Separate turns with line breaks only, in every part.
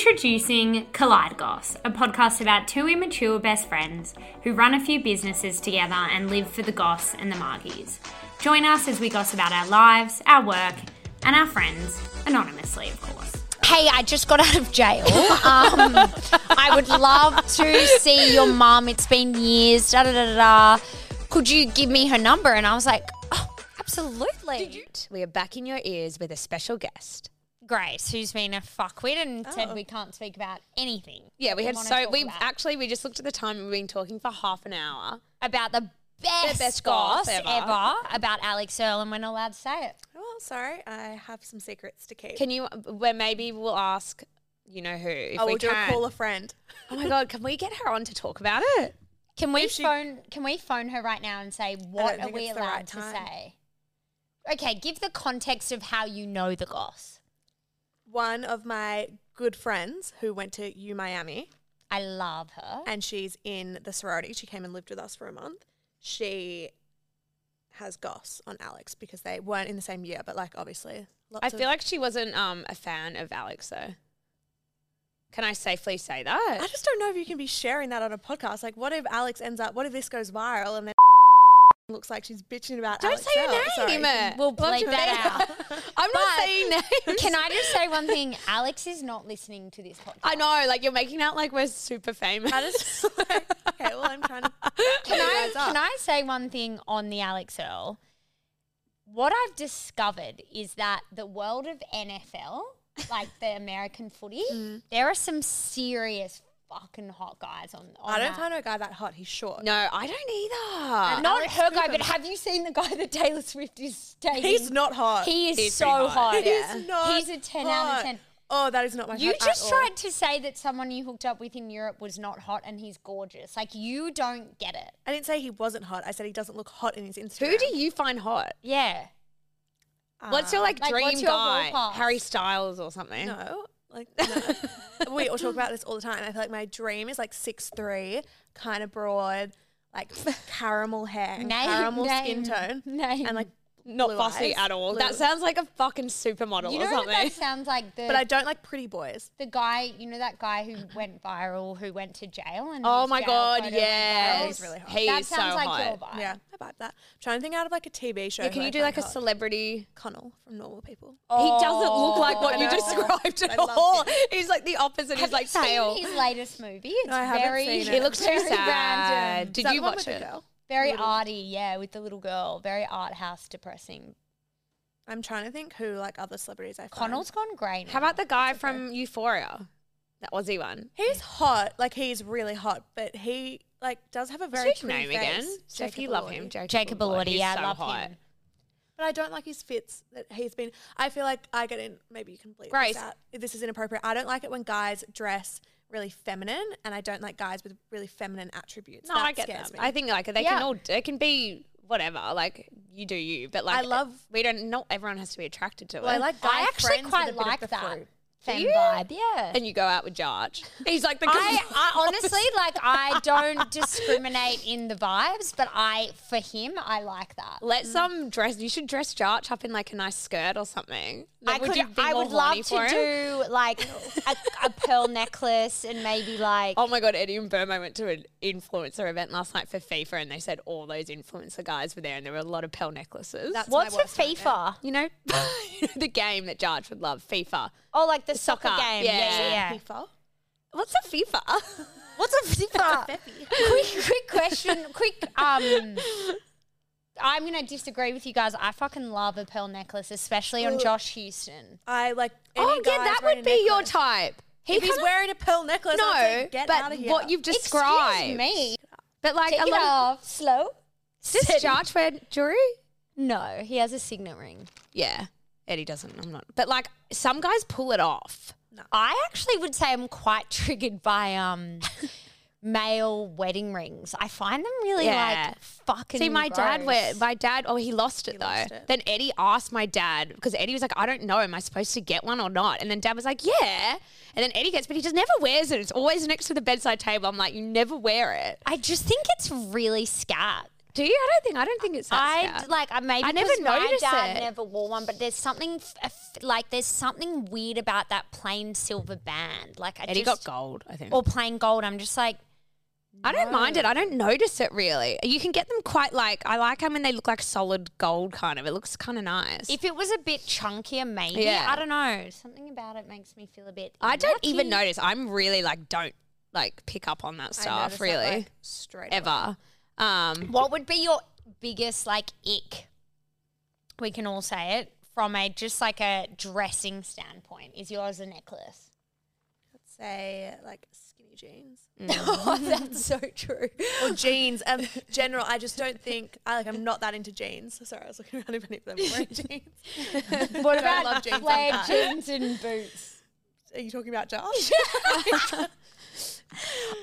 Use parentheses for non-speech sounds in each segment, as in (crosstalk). Introducing Collide Goss, a podcast about two immature best friends who run a few businesses together and live for the goss and the margies. Join us as we goss about our lives, our work, and our friends, anonymously, of course.
Hey, I just got out of jail. Um, I would love to see your mum. It's been years. Da, da, da, da. da. Could you give me her number? And I was like, oh, absolutely.
We are back in your ears with a special guest.
Grace, who's been a fuckwit and said we can't speak about anything.
Oh. Yeah, we
they
had
wanna
so
talk
we
about.
actually we just looked at the time and we've been talking for half an hour.
about the best,
best
goss
goss
ever.
ever.
about Alex Earl, and we're not allowed to say it.
Oh, sorry. I have some secrets to keep.
Can Oh, you? Where maybe we'll ask, you know who? If
I
we
will do
can.
a call a (laughs) friend.
Oh my god, can we get her on to talk about it?
Can we
she-
phone? Can we phone her right now and say what
don't
are
think
we
it's the
allowed
right
to
time.
say? Okay, give the context of how you know the goss.
One of my good friends who went to U Miami
I love her.
and she's in the sorority. She came and lived with us for a month. She has goss on Alex because they weren't in the same year, but like obviously lots
I
of-
feel like she wasn't um, a fan of Alex though. Can I safely say that?
I just don't know if you can be sharing that on a podcast. Like, what if Alex ends up? What if this goes viral and then (laughs) looks like she's bitching about?
Don't
Alex
say her
Earl?
name.
Sorry.
Emma.
We'll
Love
bleep
to
that
meet (laughs) her. I'm not
But-
saying names.
Can I just say one thing? Alex is not listening to this podcast.
(laughs) I know, like you're making out like we're super famous.
I just
(laughs)
okay. Well, I'm trying to.
Can I,
guys up.
can I say one thing on the Alex Earl? What I've discovered is that the world of NFL, like the American
(laughs)
footy,
Mm.
there are some serious fucking hot guys on. on
I don't
that.
find a guy that hot. He's short.
no, I don't either.
Not
Alex
her guy,
Cooper.
but have you seen the guy that Taylor Swift is dating?
He's not hot.
He is
He's
so
pretty
hot.
hot.
yeah.
He's not.
He's a 10 out of
hot.
10.
Oh, that is not my.
You
type at
just
all.
tried to say that someone you hooked up with in Europe was not hot and he's gorgeous. Like, you don't get it.
I didn't say he wasn't hot. I said he doesn't look hot in his Instagram.
Who do you find hot?
Yeah.
What's your like,
Like,
dream
what's your hall
guy?
pass?
Harry Styles or something?
No, like
(laughs)
no. we all talk about this all the time. I feel like my dream is like six three, kind of broad, like caramel hair, and
Name-
caramel
name-
(laughs)
skin tone,
name.
and like
Not
blue
fussy
eyes,
at all.
blue-
That sounds like a fucking supermodel
You
or
know what
something.
that sounds like? The,
But I don't like pretty boys.
the guy, you know that guy who went viral, who went to jail and
(laughs) Oh
his
my
jail
god,
photo went
yes.
viral?
He's really hot.
He
that
is so
sounds like
hot.
your vibe.
Yeah, I vibe that. I'm trying to think out of like a TV show.
Yeah,
who
can
I
you do
find
like a Oh,
hot.
celebrity?
Connell from Normal People?
he doesn't
Oh.
look like what you
I know.
described at
I love
all. (laughs) He's like the opposite.
Have
He's like
you seen
pale.
his latest movie? It's
I haven't
very,
seen
He looks too
very
sad.
random.
Did
that
you
the one
watch
with
it?
the girl?
Very arty, yeah, with the little girl. Very art house depressing.
I'm trying to think who like other celebrities I find.
Connell's gone grey now.
How about the guy from Euphoria? That Aussie one.
He's hot. Like he's really hot, but he like does have a very
What's his
pretty
name
face.
again? So if
Jacob
you love
Elordi.
him, Jacob,
Jacob
Elordi.
Elordi?
He's
Yeah, I
so
love
hot.
him.
But I don't like his fits that he's been. I feel like I get in. Maybe you can bleep
Grace.
this out. This is inappropriate. I don't like it when guys dress really feminine, and I don't like guys with really feminine attributes.
No,
that
I get
scares
that.
me.
I think like they
Yeah.
can all they can be whatever. Like you do you, but like
I love-
We don't. Not everyone has to be attracted to
well, I
it.
like. Guy
I actually
friends with a
quite
bit of
like
the
that
fruit.
femme
you?
vibe. Yeah.
And you go out with Jarge. He's like the. (laughs)
I, (laughs) I honestly like I don't discriminate in the vibes, but I for him I like that.
Let some dress. You should dress Jarch up in like a nice skirt or something.
I
Like, would
could
you be
I
more
would love
horny
to
for him?
do like a, a pearl necklace and maybe like
Oh my god, Eddie and Burma went to an influencer event last night for FIFA, and they said all those influencer guys were there, and there were a lot of pearl necklaces.
That's
what's
my
a
worst nightmare.
FIFA?
you know, (laughs) the game that Jarge would love, FIFA.
Oh, like the, soccer,
soccer,
game. Yeah, yeah.
yeah.
yeah.
FIFA.
What's a FIFA? (laughs)
What's a FIFA? quick, quick question. Quick. Um, I'm gonna disagree with you guys. I fucking love a pearl necklace, especially on Josh Houston.
I like. Any
oh yeah,
guys
that
wearing
would
a
be your
necklace.
type. He
If he's
kinda-
wearing a pearl necklace, I'd
no,
say, get out
but
of here.
what you've described.
Excuse me.
But like
Take
a
it
lot.
off slow.
Does
Sit-
Jarge wear jewelry?
No, he has a signet ring.
Yeah, Eddie doesn't. I'm not. But like some guys pull it off.
I actually would say I'm quite (laughs) triggered by
(laughs)
um male wedding rings. I find them really
Yeah.
like fucking.
See, my dad
gross.
went. My dad. Oh, he lost it though.
lost it.
Then Eddie asked my dad because Eddie was like, "I don't know. Am I supposed to get one or not?" And then dad was like, "Yeah." And then Eddie gets, but he just never wears it. It's always next to the bedside table. I'm like, "You never wear it."
I just think it's really scat.
Do you? I don't think. I don't think it's that
I
scout.
like I maybe
I never
because my
noticed
dad
it.
never wore one, but there's something f- f- like there's something weird about that plain silver band. Like I
and
just
he got gold. I think.
or plain gold. I'm just like
I don't mind it. I don't notice it really. You can get them quite like I like them when they look like solid gold kind of. It looks kind of nice.
if it was a bit chunkier, maybe
Yeah.
I don't know. Something about it makes me feel a bit.
I don't even
yucky.
notice. I'm really like don't like pick up on that stuff
noticed that,
really
like, straight away.
ever. Um,
What would be your biggest like ick? We can all say it from a just like a dressing standpoint. Is yours a
(laughs)
necklace?
Let's say like skinny jeans
oh, that's so true.
or jeans. Um, general, I just don't think I like. I'm not that into jeans. Sorry, I was looking around if any of them were wearing
(laughs)
jeans.
What
I
about
love jeans, I'm
flared
bad.
jeans and (laughs) boots?
Are you talking about jars?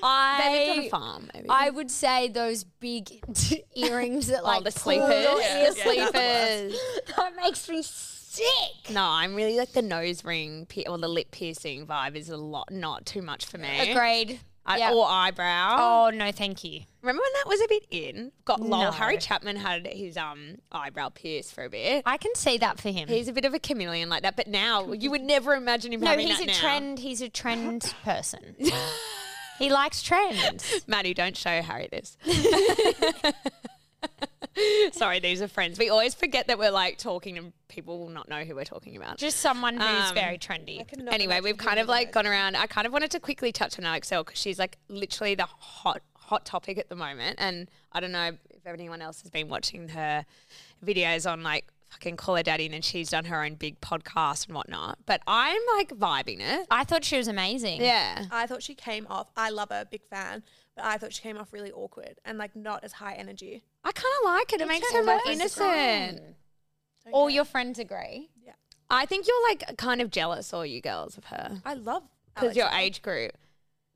maybe on
I
a farm. Maybe.
I would say those big (laughs) earrings that like
oh, the
pull
sleepers.
your
The
ears.
sleepers.
(laughs) That makes me sick.
No, I'm really like the nose ring pi- or the lip piercing vibe is a lot, not too much for me.
Agreed.
I,
Yeah.
Or eyebrow.
Oh no, thank you.
Remember when that was a bit in? Got lol.
No.
Harry Chapman had his um eyebrow pierced for a bit.
I can see that for him.
He's a bit of a chameleon like that, but now you would never imagine him
no,
having
he's
that
a
now.
trend. He's a trend
(laughs)
person. he likes trends.
Maddie, don't show Harry
(laughs)
this. Sorry, these are friends. We always forget that we're like talking and people will not know who we're talking about.
Just someone who's
Um,
very trendy.
Could not
anyway,
imagine
we've
who
kind
would
of like
know.
gone around. I kind of wanted to quickly touch on Alex L because she's like literally the hot hot topic at the moment, and I don't know if anyone else has been watching her videos on like fucking Call Her Daddy, and then she's done her own big podcast and whatnot. But I'm like vibing it.
I thought she was amazing.
Yeah.
I thought she came off. I love her, big fan, but I thought she came off really awkward and like not as high energy.
I kind of like it. It makes her
all
more
of us agree.
innocent.
All your friends agree.
I think you're like kind of jealous, all you girls, of her
I love
because
Alex
your
Ross.
age group.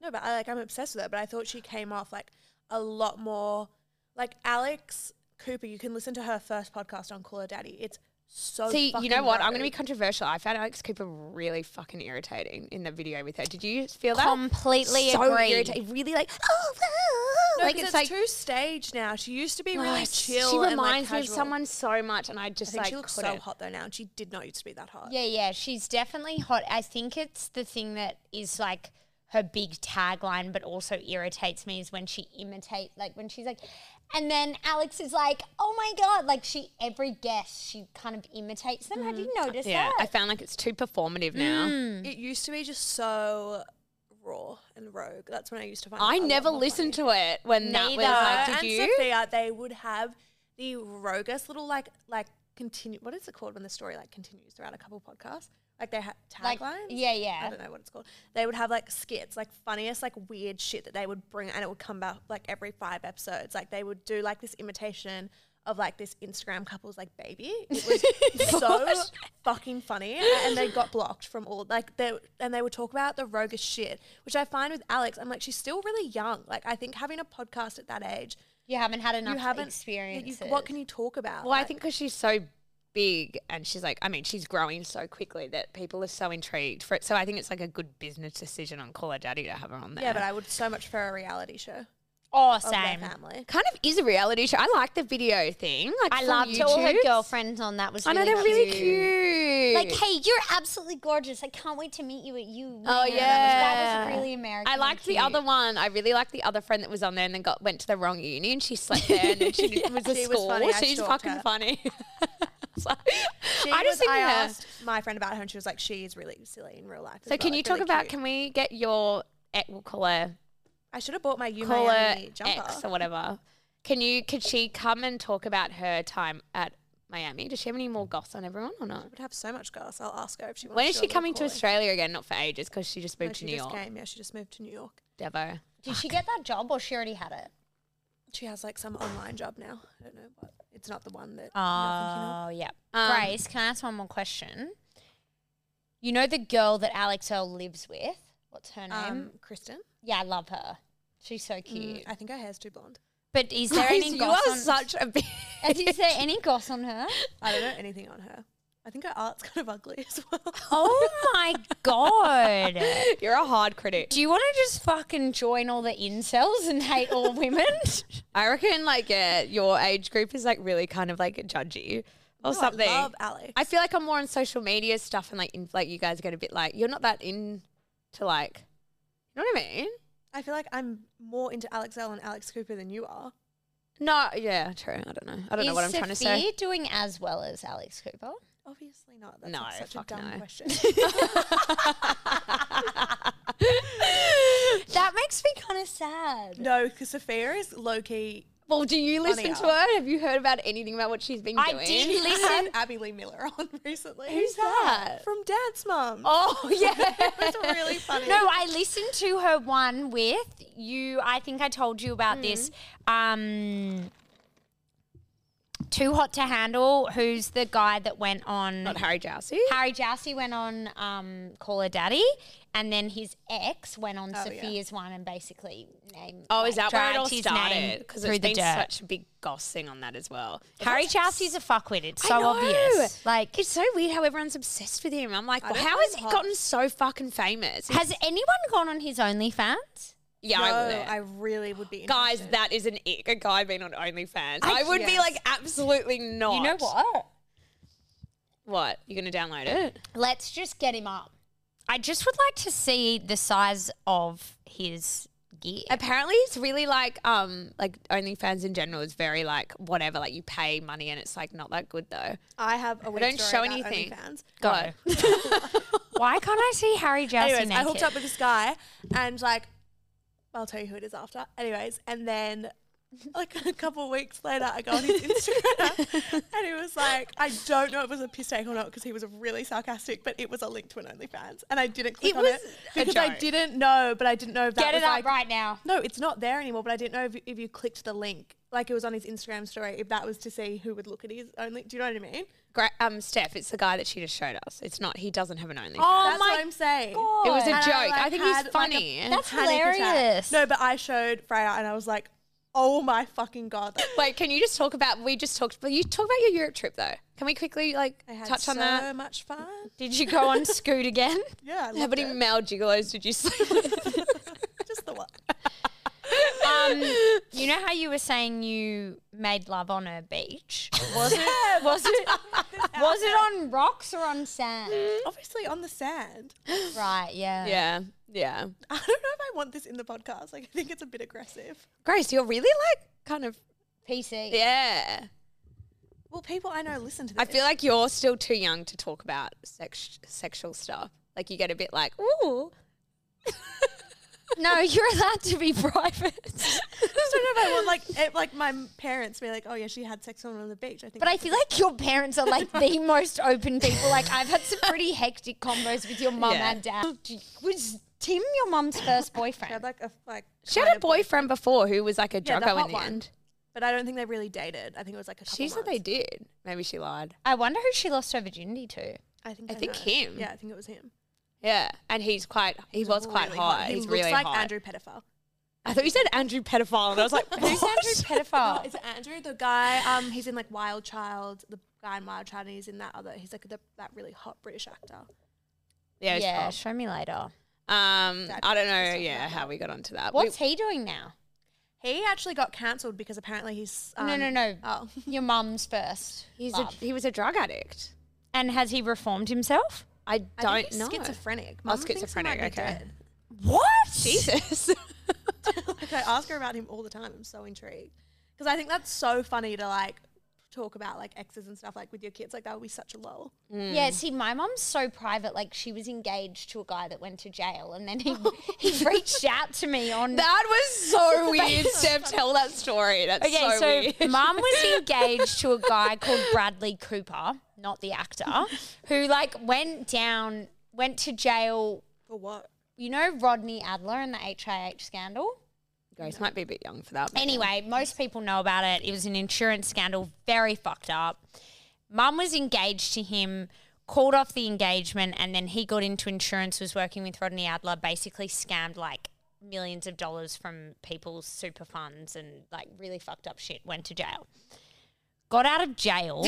No, but I like I'm obsessed with her. But I thought she came off like a lot more like Alex Cooper. You can listen to her first podcast on Call Her Daddy. It's so.
See, you know
fucking
what? I'm going to
low.
be controversial. I found Alex Cooper really fucking irritating in the video with her. Did you feel that?
Completely
so
agree.
irritating. Really like, (gasps) oh, oh,
No,
like
'cause
it's,
it's,
like
too staged now. She used to be really
oh,
chill.
She
and, like,
reminds me of
casual.
someone so much, and I
I
just
think
like
she looks so
couldn't.
hot though now, and she did not used to be that hot.
Yeah, yeah, she's definitely hot. I think it's the thing that is like her big tagline, but also irritates me is when she imitates, like when she's like, and then Alex is like, oh my god, like she every guest she kind of imitates them. Have you noticed
Yeah, I
that?
found like it's too performative now.
It used to be just so raw and rogue. That's when I used to find. it
I
a lot
never
more
listened
funny.
to it when that
Neither.
was like,
and
did you?
Sophia, they would have the roguest little like like continue. What is it called when the story like continues throughout a couple podcasts? Like they had
Like,
taglines.
yeah,
I
yeah.
don't know what it's called. They would have like skits, like funniest, like weird shit that they would bring, and it would come back like every five episodes. Like they would do like this imitation of like this Instagram couple's like baby. It
(laughs)
was so fucking funny, and they got blocked from all like they and they would talk about the roguish shit, which I find with Alex. I'm like she's still really young. Like I think having a podcast at that age,
You haven't had enough
you haven't
experience.
You, what can you talk about?
Well, I think because she's so big and she's like, I mean, she's growing so quickly that people are so intrigued for it. So I think it's like a good business decision on Call Her Daddy to have her on there.
yeah, but I would so much prefer a reality show
Oh,
of their
same.
family.
kind of is a reality show. I like the video thing. Like
I
from
loved all her
YouTubes.
girlfriends on that. Was
I know
really
they're really
cute.
cute.
Like, hey, you're absolutely gorgeous. I can't wait to meet you at you.
Oh,
that was
yeah.
really American.
I
and
liked the
cute.
other one. I really liked the other friend that was on there and then got went to the wrong uni and she slept there and then she (laughs) was at
She was
school.
funny. I
She's
stalked
fucking
her.
funny. (laughs) So,
She
I just
was,
think
I
her.
asked my friend about her, and she was like, "She is really silly in real life." as
So
well,
can
like,
you talk
really
about?
cute."
Can we get your? eh, We'll call her
I should have bought my U
call her
Miami jumper.
X or whatever. Can you? Could she come and talk about her time at Miami? Does she have any more goss on everyone or not?
would have so much gas. I'll ask her if she wants.
When
to
is
do a
she
little
coming to
calling.
Australia again? Not for ages because she just moved
No,
to
she
New
just
York.
came. Yeah, she just moved to New York.
Devo.
Did she get that job or she already had it?
She has like some online job now. I don't know what. It's not the one that.
Uh,
Oh, yeah.
Um,
Grace, can I ask one more
(laughs)
question? You know the girl that Alex Earl lives with? What's her name?
Um, Kristen.
yeah, I love her. She's so cute.
Mm, I think her hair's too blonde.
But is there
Guys,
any
you are
goss on
such a big.
Is there any goss on her?
I don't know anything on her. I I think her art's (laughs) kind of ugly as
(laughs)
well.
(laughs) Oh my god.
(laughs) You're a hard critic.
Do you want to just fucking join all the incels and hate (laughs) all women?
I reckon like yeah, your age group is like really kind of like judgy or
No,
something.
Oh, I love Alex.
I feel like I'm more on social media stuff and like in, like you guys get a bit like you're not that into like you know what I mean?
I feel like I'm more into Alex L and Alex Cooper than you are.
No, yeah, true. I don't know. I don't know what I'm trying to say.
Sophia doing as well as Alex Cooper?
Obviously not. That's
No,
like, such a
fuck
dumb
no.
question. (laughs)
That makes me kind of sad.
no, because Sophia is
(laughs)
low key.
Well, do you listen
Funnier.
to her? Have you heard about anything about what she's been
I
doing?
did
I (laughs) had
listen.
Abby Lee Miller on (laughs) recently.
Who's that?
From Dance Mom.
Oh yeah.
That's
(laughs)
really funny.
No, I listened to her one with you. I think I told you about this.
Hmm.
Um, Too Hot to Handle, who's the guy that went on
not Harry Jowsey.
Harry Jowsey went on um, Call Her Daddy, and then his ex went on Sophia's one and basically named.
Oh,
like,
is that where it
dragged
all
his name
started? Because
through
it's
the
been
dirt.
such a big goss thing on that as well.
Harry Jowsey's a fuckwit. It's so obvious. Like,
it's so weird how everyone's obsessed with him. I'm like, well,
don't
how
know
has he
much.
gotten so fucking famous?
has anyone gone on his OnlyFans?
(laughs) yeah,
No,
I wouldn't.
I really would be.
Guys,
interested.
that is an ick. A guy being on OnlyFans. I, would be
yes.
like, absolutely not.
You know what?
What? You're gonna download it?
Let's just get him up. I just would like to see the size of his gear.
Apparently, it's really like, um, like OnlyFans in general is very like whatever. Like you pay money and it's like not that good though.
I have a weird
don't
story
show
about
anything.
OnlyFans.
Go. (laughs) Why can't I see Harry Jowsey
Anyways,
naked?
I hooked up with this guy and like I'll tell you who it is after. Anyways, and then like (laughs) a couple of weeks later I go on
(laughs)
his Instagram and he was like, I don't know if it was a piss take or not because he was really sarcastic, but it was a link to an OnlyFans and I didn't click
It
on it
was a
because I
joke.
didn't know, but I didn't know if that
Get
was
it up
like
right now.
no, it's not there anymore. But I didn't know if, if you clicked the link, like it was on his Instagram story, if that was to see who would look at his only. Do you know what I mean?
Gra- um, Steph, it's the guy that she just showed us. It's not. He doesn't have an OnlyFans.
Oh,
That's what I'm saying.
it was a
And
joke. I,
I, like,
think
had,
he's
like, a-
funny.
That's
panic attack.
hilarious.
No, but I showed Freya and I was like, oh my fucking god. Like,
Wait, can you just talk about? We just talked. Well, you talk about your Europe trip though. Can we quickly like
I had
touch
so
on that?
much fun.
Did you go on Scoot again?
Yeah, I
(laughs) How
loved (laughs)
many
it.
male gigolos did you sleep with?
just the one.
Um, you know how you were saying you made love on a
(laughs)
beach? Was it? Was it? Was it on rocks or on sand?
Obviously on the sand. (laughs)
Right. Yeah.
yeah, yeah.
I don't know if I want this in the podcast. Like, I think it's a bit aggressive.
Grace, you're really like kind of
PC.
yeah.
Well, people I know listen to this.
I feel like you're still too young to talk about sex sexual stuff. Like you get a bit like
(laughs)
ooh.
No, you're allowed to be
(laughs)
private. (laughs)
I just don't know if I want like it, like my parents be like, oh yeah, she had sex with someone on the beach. I think.
But I feel like your parents are like the most open people. Like I've had some pretty hectic combos with your mum
Yeah.
and dad. Do- Was Tim your mum's first
I had
boyfriend?
like a like.
She had
kind
a
of-
boyfriend before who was like a
Yeah, the
druggo
hot
in the
one.
end.
but I don't think they really dated. I think it was like a. Couple
She said
months.
they did. Maybe she lied.
I wonder who she lost her virginity to.
I think.
I think
know.
him.
Yeah, I think it was him.
Yeah, and he's quite. He was quite
Really
hot.
He
He's
looks
really
like
hot.
Andrew pedophile.
I thought you said Andrew pedophile, and I was
(laughs)
like,
Who's Andrew
Oh,
pedophile?
is it Andrew? The guy. Um, he's in like Wild Child. The guy in Wild Child, and he's in that other. He's like the, that really hot British actor.
Yeah, it's
yeah,
Bob.
show me later.
Um,
Dad
I don't know.
jokes,
Yeah,
stuff like
how
that.
we got onto that. We-
What's he doing now?
He actually got cancelled because apparently he's. Um,
no, no, no.
Oh,
Your mum's first.
he's a,
love.
he was a drug addict.
and has he reformed himself?
I don't
I think he's
know.
Schizophrenic.
Oh,
Mum thinks he
schizophrenic.
might be
Okay.
dead.
What?
(laughs) Jesus. (laughs)
Like, I ask her about him all the time. I'm so intrigued because I think that's so funny to like talk about like exes and stuff like with your kids. Like that would be such a lull.
Hmm.
Yeah, see, my mum's so private. Like, she was engaged to a guy that went to jail, and then he he reached out to me on
that was
(laughs)
so weird. Steph, tell that story. That's
Okay,
so,
so,
(laughs)
weird. (laughs)
mum was engaged to a guy called Bradley Cooper, not the actor, who like went down, went to jail.
For what?
You know Rodney Adler and the HIH scandal?
Grace might be a bit young for that. but-
Anyway, most people know about it. It was an insurance scandal, very fucked up. Mum was engaged to him, called off the engagement, and then he got into insurance, was working with Rodney Adler, basically scammed like millions of dollars from people's super funds and like really fucked up shit, went to jail. got out of
(laughs)
jail,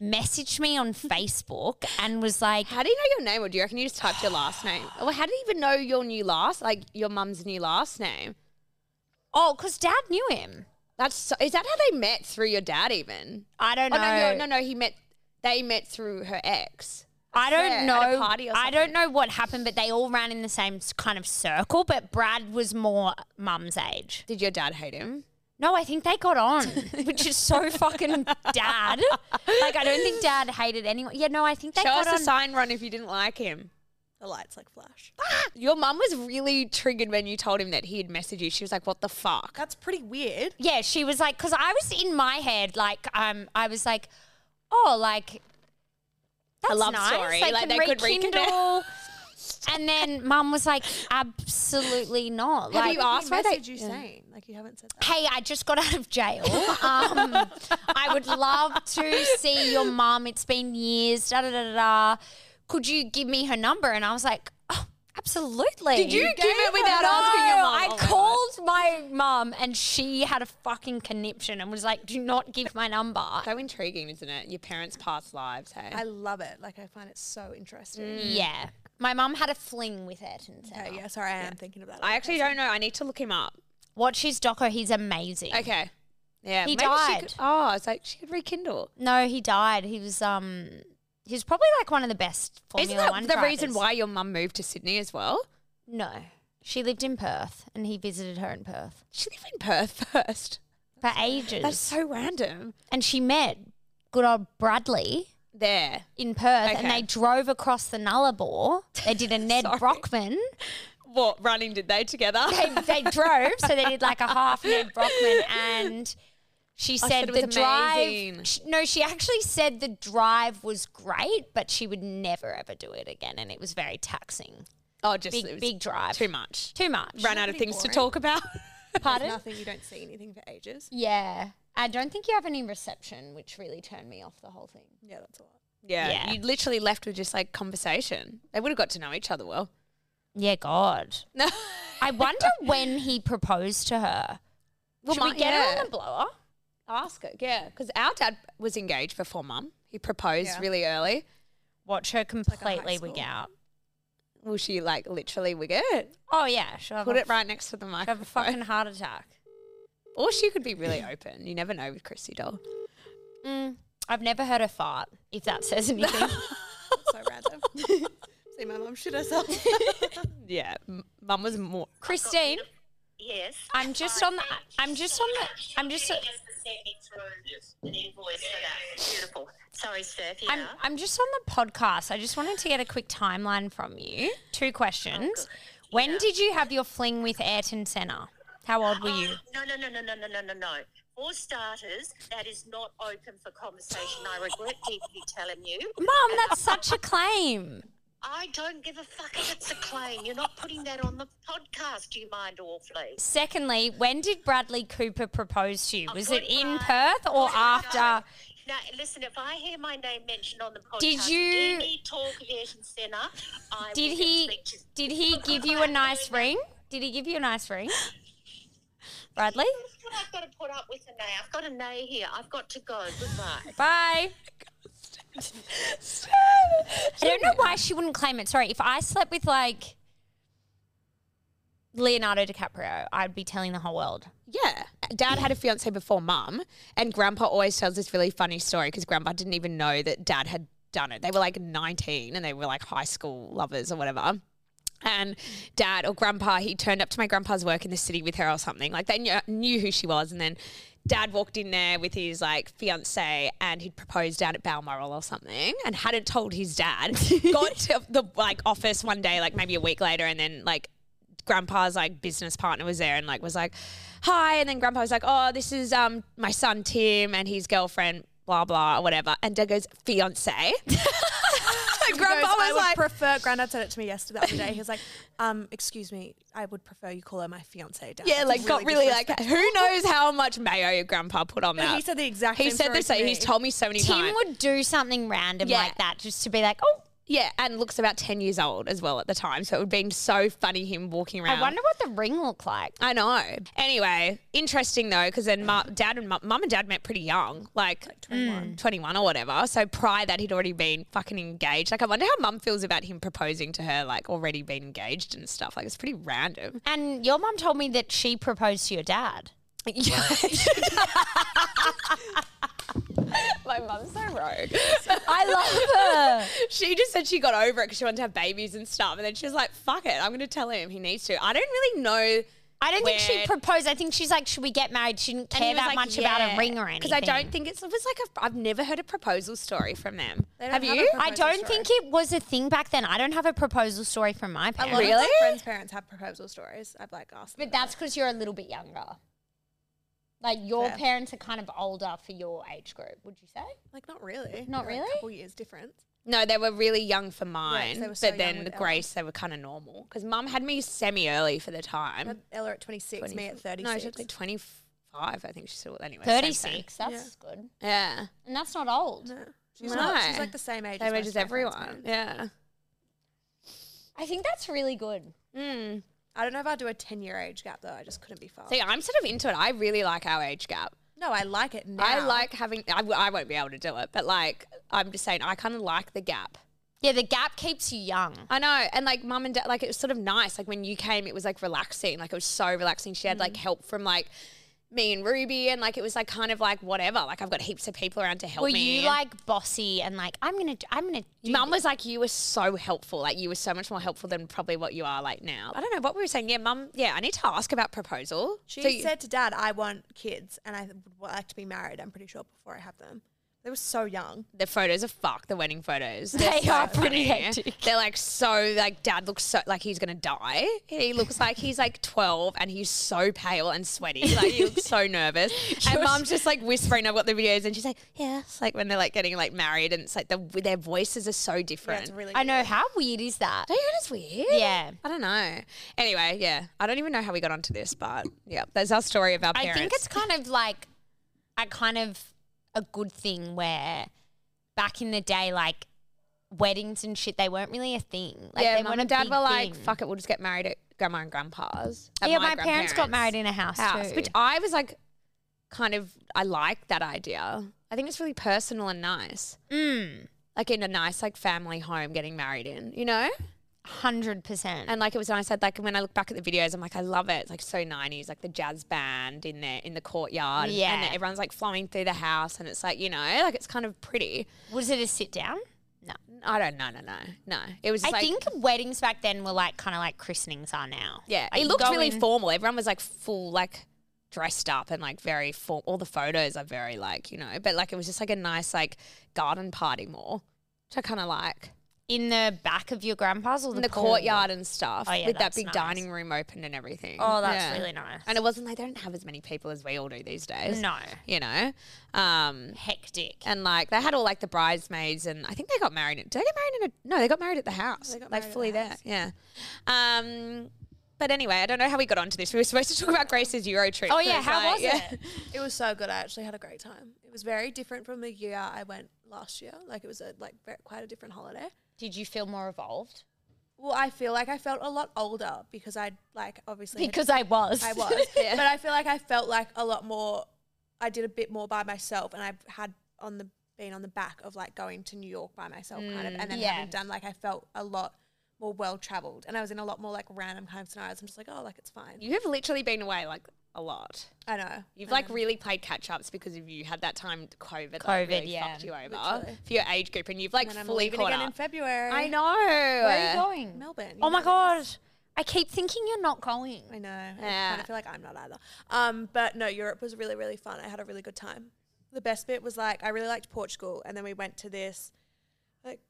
messaged me on Facebook, and was like,
How do you know your name? Or do you reckon you just typed your last name? Or how do you even know your new last, like your mum's new last name?
"Oh, because Dad knew him."
That's so, is that how they met through your dad even?
I don't
Oh
know.
no, no, no, no. He met. They met through her ex.
I don't
Yeah,
know.
at a party or
I don't
something.
know what happened, but they all ran in the same s- kind of circle. But Brad was more mum's age.
Did your dad hate him?
No, I think they got
(laughs)
on, which is so fucking dad. Like, I don't think dad hated anyone. Yeah, no, I think they
Show
got
us a
on.
sign run if you didn't like him.
The lights like flash.
Your mum was really triggered when you told him that he had messaged you. She was like, "What the fuck?"
That's pretty weird.
yeah, she was like, because I was in my head, like, um, I was like, oh, like, that's
love
nice.
story,
They
like,
can
they could reconnect.
rekindle. and then mum was like, absolutely not.
Have
like,
you asked why
What
they?
message you saying? Like you haven't said that.
hey, I just got out of jail. Um, I would love to see your mum. It's been years. Da da da da. da. Could you give me her number? And I was like, oh, absolutely.
Did you You give it gave her- without
No,
asking your mum?
I
Oh my
called my mum, and she had a fucking conniption and was like, do not give my number.
So intriguing, isn't it? Your parents' past lives. Hey,
I love it. Like I find it so interesting.
Yeah. My mum had a fling with it and said,
Okay, yeah, sorry, I am thinking of that.
I actually don't know. I need to look him up.
watch his doco. oh, He's amazing.
Okay. Yeah.
He
she
died.
could- oh, it's like she could rekindle.
No, he died. He was um, he was probably like one of the best Formula
Isn't that
One
the reason
drivers.
why your mum moved to Sydney as well?
No. She lived in Perth and he visited her in Perth
She lived in Perth (laughs) first.
for ages.
That's so random.
and she met good old Bradley
There.
in Perth and
Okay.
they drove across the Nullarbor. They
(laughs)
did a Ned
Sorry.
Brockman.
What running did they together?
They, they drove, so they did like a half Ned Brockman and she
said
said
it
the
was amazing.
drive. sh no, she actually said the drive was great, but she would never ever do it again, and it was very taxing.
(laughs) oh, just
Big
it was
big drive,
Too much.
too much.
Ran out of
pretty
things to
boring.
talk (laughs) about.
There's
Pardon?
nothing. You don't see anything for ages.
Yeah. I don't think you have any reception, which really turned me off the whole thing.
Yeah, that's a lot.
Yeah.
Yeah.
You literally left with just like conversation. They would have got to know each other well. (laughs)
Yeah, God.
No.
I (laughs) wonder when he proposed to her.
Well,
Should we
my-
get her
yeah.
on the blower?
Ask it. Yeah. Because our dad was engaged before mum. He proposed
Yeah.
really early.
Watch her
high
completely wig
school.
out.
Will she like literally wig it?
Oh, yeah. She'll have,
Put
a,
it right next to the
she'll have
microphone.
a fucking heart attack.
Or she could be really open. You never know with Chrissy Doll.
Mm, I've never heard her fart, if that says (laughs) anything.
So random. (laughs) see my mum shit (laughs) herself.
Yeah, m- mum was more.
Christine,
Yes.
I'm just on the. I'm just on the. I'm just.
She has to send me through an invoice for that. Beautiful. Sorry, Steph. Yeah.
I'm, I'm just on the podcast. I just wanted to get a quick timeline from you. Two questions. When did you have your fling with Ayrton Senna? How old were you?
No, no, no, no, no, no, no, no, no. For starters, that is not open for conversation. I regret deeply telling you.
Mom, that's such a claim.
I don't give a fuck if it's a claim. You're not putting that on the podcast. Do you mind awfully?
Secondly, when did Bradley Cooper propose to you?
Oh,
Was
good
it in
God.
Perth or
Good God.
after?
Now, listen, if I hear my name mentioned on the podcast,
Did you-
any talk of Asian Centre, I
Did
will
he
expect you-
did he give
(laughs)
you a nice ring? Did he give you a nice ring? Bradley?
That's what I've got to put up with a nay. I've got a nay here. I've got to go. Goodbye.
Bye. I don't know why she wouldn't claim it. Sorry, if I slept with like Leonardo DiCaprio, I'd be telling the whole world.
Yeah, dad had a fiance before mum, and grandpa always tells this really funny story because grandpa didn't even know that dad had done it. They were like 19 and they were like high school lovers or whatever. And dad or grandpa, he turned up to my grandpa's work in the city with her or something. Like they knew, knew who she was. And then dad walked in there with his like fiance and he'd proposed out at Balmoral or something and hadn't told his dad. Got to the like office one day, like maybe a week later, and then like grandpa's like business partner was there and like was like hi and then grandpa was like oh this is um my son tim and his girlfriend blah blah or whatever and dad goes fiance (laughs) and grandpa
Goes, I
was
would
like
prefer. Granddad said it to me yesterday. The other day. He was (laughs) like, "Um, excuse me, I would prefer you call her my fiance." Dad.
yeah
It's
like got really like
disrespectful.
who knows how much mayo your grandpa put on
But
that
he said the exact.
he
same
said
story
the
to
same
me.
he's told me so many
Tim
times
would do something random
Yeah.
like that just to be like, oh,
Yeah, and looks about 10 years old as well at the time. So it would have been so funny him walking around.
I wonder what the ring looked like.
I know. Anyway, interesting though, because then mu- dad and mu- mum and dad met pretty young, like, 21. or whatever. So prior that, he'd already been fucking engaged. Like, I wonder how mum feels about him proposing to her, like, already been engaged and stuff. Like, it's pretty random.
And your mum told me that she proposed to your (laughs) dad.
Yeah. My mum's so rogue.
I love her.
She just said she got over it because she wanted to have babies and stuff. And then she was like, fuck it, I'm going to tell him he needs to. I don't really know.
I don't think she
Weird.
proposed. I think she's like, should we get married? She didn't
And he
care
was
that
like,
much about
yeah.
a ring or anything.
Because I don't think it's, it was like, a, I've never heard a proposal story from them.
They don't
Have
have a
you?
pro-
I
proposal
don't think it was a thing back then. I don't have a proposal story from my
A
parents.
lot of
Oh, Really?
my friends' parents have proposal stories. I've like asked them.
But that's because you're a little bit younger. Like your
Fair.
parents are kind of older for your age group, would you say?
Like not really.
Not
They're, like,
really?
couple years difference.
no, they were really young for mine.
they were
but
so young
then
with
the
Ella.
Grace, they were kind of normal. Because mum had me semi early for the time.
Had Ella at 26, me at 36.
No, she was like 25, I think she still, anyway. same thing.
36. That's good.
Yeah.
And that's not old.
No. She's, not, she's
No.
like the same age.
Same
most
age as
of my friends'
everyone.
parents.
Yeah.
I think that's really good.
Mm.
I don't know if I'll do a 10 year age gap though. I just couldn't be fast.
See, I'm sort of into it. I really like our age gap.
No, I like it now.
I like having. I, w- I won't be able to do it, but like I'm just saying, I kind of like the gap.
Yeah, the gap keeps you young.
I know, and like mum and dad, like it was sort of nice. Like when you came, it was like relaxing. Like it was so relaxing. She had like help from like me and Ruby, and like it was like kind of like whatever. Like I've got heaps of people around to help
Were
me.
you like bossy and like I'm gonna I'm gonna do
Mum was like, you were so helpful. Like you were so much more helpful than probably what you are like now. I don't know what we were saying. Yeah, mum. Yeah, I need to ask about proposal.
She
So you-
said to dad, I want kids and I would like to be married, I'm pretty sure, before I have them. They were so young.
the photos are fuck. The wedding photos. They're
They
so
are pretty
funny.
hectic.
They're like so like dad looks so like he's gonna die. He looks like he's like twelve and he's so pale and sweaty. Like he looks
(laughs)
so nervous. and mom's just like whispering. I've got the videos and she's like, yes. Like when they're like getting like married and it's like the, their voices are so different.
That's really
I know how weird is that?
Don't you think it's weird?
Yeah.
I don't know. Anyway, yeah. I don't even know how we got onto this, but yeah, there's our story of our
I
parents.
think it's kind of like a kind of a good thing where back in the day, like weddings and shit, they weren't really a thing. Like,
yeah,
they
mum
weren't
and
a
dad
big
were like,
thing.
fuck it, we'll just get married at grandma and grandpa's. at
Yeah, my, parents got
grandparents'.
married in a house,
house,
too.
which I was like, kind of, I like that idea. I think it's really personal and nice,
mm,
like in a nice like family home, getting married in, you know.
hundred percent.
And like it was nice. I'd like when I look back at the videos, I'm like, I love it. It's like so nineties, like the jazz band in there in the courtyard, and- and,
Yeah.
everyone's like flowing through the house, and it's like you know, like it's kind of pretty.
Was it a sit down? No,
I don't know, no, no, no. It was.
I
Just like,
think weddings back then were like kind of like christenings are now.
Yeah,
Like,
it
you
looked
go
really
in-
formal. Everyone was like full, like dressed up and like very formal. All the photos are very like you know, but like it was just like a nice like garden party more, which I kind of like.
in the back of your grandpa's or the,
In the
pool?
courtyard and stuff,
Oh, yeah,
with that
that's
big
nice.
dining room open and everything.
Oh, that's
Yeah.
really nice.
And it wasn't like they don't have as many people as we all do these days.
No.
you know, um,
hectic.
and like they had all like the bridesmaids, and I think they got married. Did they get married in a? No, they got married at the house.
got
like
married at
fully
the
there.
house.
Yeah. Um, but anyway, I don't know how we got onto this. We were supposed to talk about Grace's Euro trip.
Oh yeah,
It's
how
like-
was
yeah.
it?
It was so good. I actually had a great time. It was very different from the year I went last year. Like it was a, like very, quite a different holiday.
Did you feel more evolved?
Well, I feel like I felt a lot older because I like obviously had-
Because I was.
(laughs) I was, but I feel like I felt like a lot more. I did a bit more by myself, and I had on the been on the back of like going to New York by myself, kind of,
Mm,
and then
yeah.
having done like I felt a lot more well traveled, and I was in a lot more like random kind of scenarios. I'm just like, oh, like it's fine.
You have literally been away like a lot.
I know.
You've like really played catch ups because of you had that time COVID. that
COVID,
really
yeah.
fucked you over
Literally.
for your age group, and you've like
and I'm
fully
leaving
caught
again in
up.
February.
I know.
Where are you going?
Melbourne. you
Oh my
know this.
god. I keep thinking you're not going.
I know. I kind
Yeah.
of feel like I'm not either. Um, but no, Europe was really, really fun. I had a really good time. The best bit was like I really liked Portugal, and then we went to this like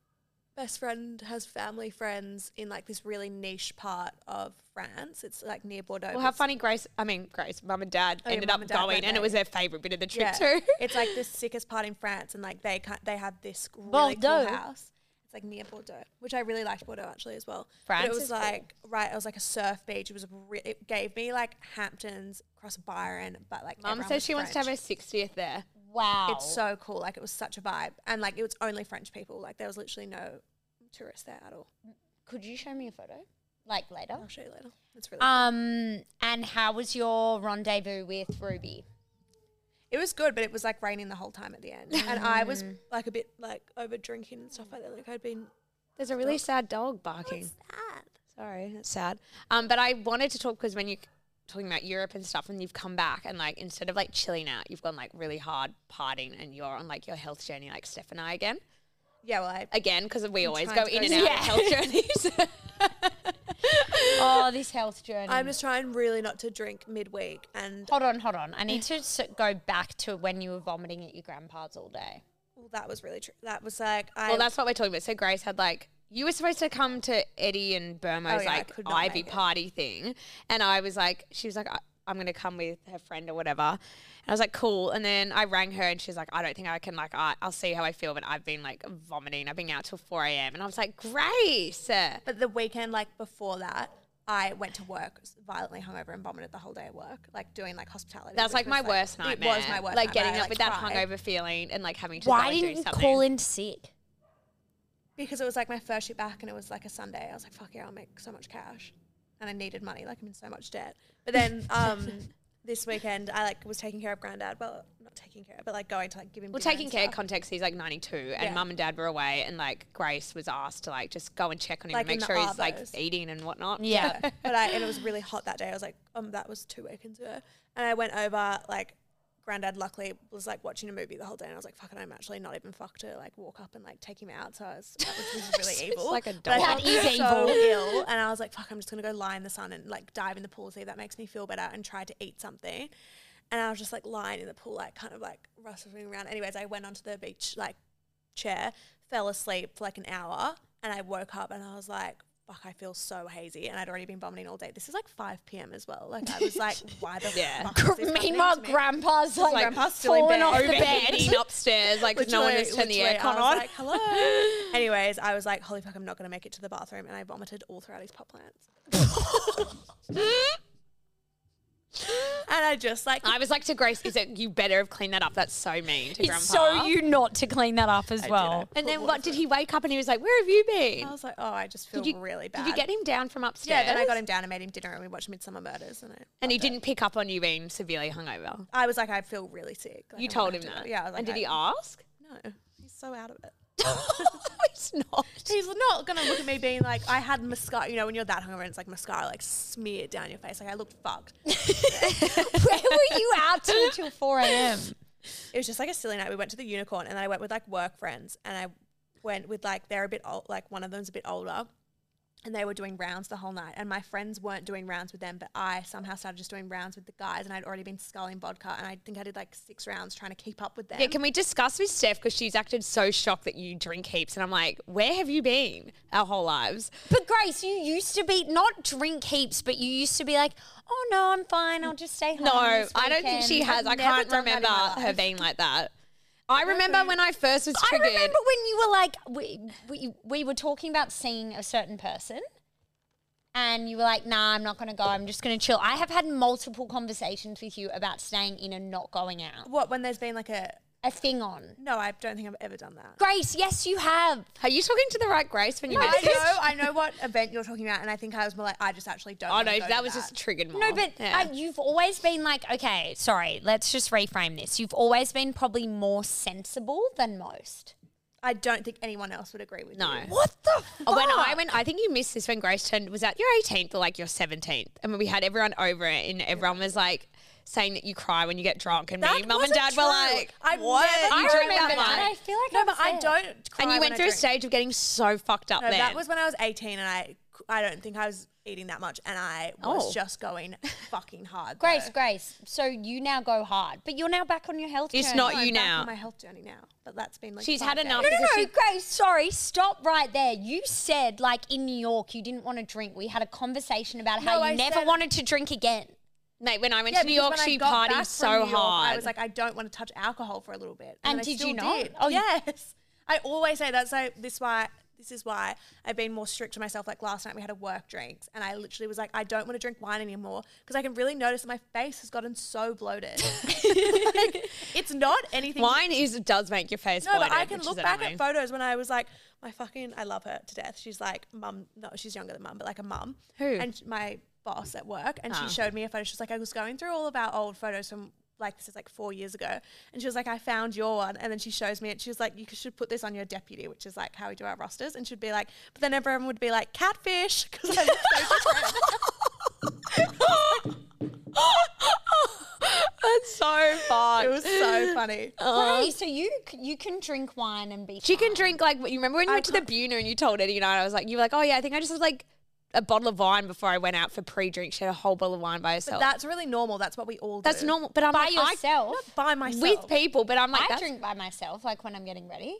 best friend has family friends in like this really niche part of France. It's like near Bordeaux.
Well,
but
how
it's-
funny Grace, I mean, Grace, mum and dad
Oh, yeah,
ended
mum
up
and dad
going,
went
and it
there.
was their favourite bit of the trip
Yeah,
too.
it's like the sickest part in France, and like they can they have this really
Bordeaux.
cool house. It's like near Bordeaux, which I really liked Bordeaux actually as well.
France
but it was
is cool.
like right, it was like a surf beach. It was re- it gave me like Hamptons across Byron, but like
Mum
everyone
says
was
she wants to have her
French.
60th there.
Wow.
It's so cool. Like it was such a vibe, and like it was only French people. Like there was literally no tourists there at all.
Could you show me a photo? Like later.
I'll show you later. It's really.
Um, and how was your rendezvous with (laughs) Ruby?
It was good, but it was like raining the whole time at the end, and I was
Mm.
like a bit like over drinking and stuff like that. Like I'd been.
There's a really sad dog barking. Sorry, that's sad. Um, but I wanted to talk because when you're talking about Europe and stuff, and you've come back and like instead of like chilling out, you've gone like really hard partying, and you're on like your health journey, like Steph and I again,
Yeah, well, I
again because we always go
trying to
in
go
and out
(laughs)
of health journeys.
Oh, this health journey.
I'm just trying really not to drink midweek, and
hold on, hold on. I need to s- go back to when you were vomiting at your grandpa's all day.
well, that was really true. That was like I.
well, that's what we're talking about. So Grace had like. You were supposed to come to Eddie and Burmo's
Oh, yeah, I
like
could not
Ivy
make it.
party thing, and I was like, she was like, "I- I'm gonna come with her friend or whatever, and I was like, cool. And then I rang her, and she was like, I don't think I can like, I, I'll see how I feel, but I've been like vomiting. I've been out till 4 a.m. And I was like, Grace,
But the weekend like before that, I went to work violently hungover and vomited the whole day at work, like doing like hospitality.
That's
which
like my
was,
worst nightmare.
It was my worst.
Like
nightmare.
getting
I,
up with that
cried
hungover feeling and like having to
Why
go
didn't
do
you
something.
call in sick?
because it was like my first shoot back, and it was like a Sunday. I was like, "Fuck yeah, I'll make so much cash," and I needed money. Like I'm in so much debt. But (laughs) then um, this weekend, I like was taking care of granddad. Well, not taking care, of, but like going to like give him.
Well,
dinner and
taking care
stuff.
context, he's like 92, and
Yeah.
mum and dad were away, and like Grace was asked to like just go and check on him
Like
and
in
make
the
sure he's like
arbors.
eating and
(laughs)
whatnot.
(laughs)
Yeah.
but I and it was really hot that day. I was like, um, that was two weekends ago. And I went over like granddad luckily was like watching a movie the whole day and I was like, fuck it, I'm actually not even fucked to like walk up and like take him out. So I was that was
(laughs)
just really evil.
like a
But I
dog.
felt
That is
so
evil.
ill and I was like, fuck, I'm just gonna go lie in the sun and like dive in the pool, see if that makes me feel better and try to eat something. And I was just like lying in the pool, like kind of like rustling around. Anyways, I went onto the beach like chair, fell asleep for like an hour, and I woke up and I was like, fuck, I feel so hazy. And I'd already been vomiting all day. This is like 5 p.m. as well. Like, I was like, why the
Yeah.
fuck? Is this
Meanwhile,
happening to me?
grandpa's like,
grandpa's still
falling
in
(laughs)
bed.
off the bed.
Overheating upstairs,
(laughs)
like 'cause no one has turned the
literally,
aircon
I was
on.
Like, (laughs)
(laughs)
Hello. Anyways, I was like, holy fuck, I'm not going to make it to the bathroom. And I vomited all throughout his pot
(laughs)
plants. and I just like,
I was like to Grace, "Is it you better have cleaned that up? That's so mean to
It's
Grandpa."
so you not to clean that up as well.
and then what did he wake up and he was like, "Where have you been?"
I was like, oh, I just feel
Did you-
really bad.
Did you get him down from upstairs?
Yeah, then I got him down and made him dinner and we watched Midsummer Murders. And I,
And he didn't pick up on you being severely hungover.
I was like, I feel really sick. Like,
You
I
told
wanna
him
do it.
that.
Yeah. I was like,
and did
I-
he
(laughs)
ask? (laughs)
No, he's so out of it.
it's not.
He's not gonna look at me being like, I had mascara. You know, when you're that hungover, and it's like mascara like smeared down your face. Like I looked fucked.
(laughs) Where were you out till till 4 a.m.? (laughs)
It was just like a silly night. We went to the unicorn, and then I went with like work friends, and I went with like they're a bit old. Like one of them's a bit older, and they were doing rounds the whole night. And my friends weren't doing rounds with them, but I somehow started just doing rounds with the guys, and I'd already been sculling vodka, and I think I did like six rounds trying to keep up with them.
Yeah, can we discuss with Steph because she's acted so shocked that you drink heaps, and I'm like, where have you been our whole lives?
But Grace, you used to be not drink heaps, but you used to be like, oh no, I'm fine. I'll just stay home.
No,
this
I don't think
weekend."
she has. I
I've never
can't
done that in
remember
my
her being like that. I remember when I first was
I
triggered.
remember when you were like, we, we, we were talking about seeing a certain person. And you were like, nah, I'm not going to go. I'm just going to chill. I have had multiple conversations with you about staying in and not going out.
What when there's been like a
A thing on.
no, I don't think I've ever done that.
Grace, yes, you have.
Are you talking to the right Grace when you?
I
messaged?
know, I know what event you're talking about, and I think I was more like, I just actually don't.
Oh
wanna
no,
go
that
to
was just triggered. More.
No, but
Oh, Yeah.
uh, you've always been like, okay, sorry, let's just reframe this. You've always been probably more sensible than most.
I don't think anyone else would agree with
No. Oh,
you.
What the fuck?
When I went, I think you missed this when Grace turned. Was that your 18th or like your 17th? And we had everyone over it, and everyone was like saying that you cry when you get drunk. And me,
That
mum and
wasn't
dad were
true.
like,
I've
"What?"
never
You
done
drink
that.
that much.
And I feel like
No,
I
but I
was there.
don't. Cry
And you
when
went
I
through a
drink.
stage of getting so fucked up.
No,
then.
that was when I was 18, and I I don't think I was eating that much, and I was
Oh. (laughs)
just going fucking hard.
Grace,
though.
Grace. So you now go hard, but you're now back on your health.
It's
journey.
not
I'm
you
back
now.
on my health journey now, but that's been like
She's
five
had
days.
enough.
No, no, no,
because
(laughs)
she-
Grace. Sorry, stop right there. You said like in New York, you didn't want to drink. We had a conversation about how
No,
you
I
never
said-
wanted to drink again.
Mate, when I went
Yeah,
to New
because
York,
when I
she
got
partied
back
so
from New York,
hard. (laughs)
I was like, I don't want to touch alcohol for a little bit,
And
I
did
still
you not?
Did.
Oh,
Oh
you-
yes, I always say that. So this why this is why I've been more strict to myself. Like last night, we had a work drinks, and I literally was like, I don't want to drink wine anymore because I can really notice that my face has gotten so bloated. (laughs) like, it's not anything.
Wine is does make your face
No,
bloated,
but I can
which
look
is
back
annoying.
at photos when I was like, my fucking, I love her to death. She's like, mum, no, she's younger than mum, but like a mum.
Who?
And sh- my boss at work. And she showed me a photo. She's like, I was going through all of our old photos from like, this is like four years ago. And she was like, I found your one. And then she shows me it. She was like, you should put this on your deputy, which is like how we do our rosters. And she'd be like, but then everyone would be like, catfish. (laughs) Because I look so different.
(laughs) That's so fun.
it was so funny.
Wait, so you c- you can drink wine and be
Uh-huh. She can
fine.
drink like you remember when you went to the Buna and you told Eddie and I, I was like, you were like, oh yeah, I think I just had like a bottle of wine before I went out for pre-drink. She had a whole bottle of wine by herself.
That's really normal. That's what we all do.
that's normal. But I'm
by
like, I-
yourself.
By myself.
with people, but I'm like,
I
that's-
drink by myself, like when I'm getting ready.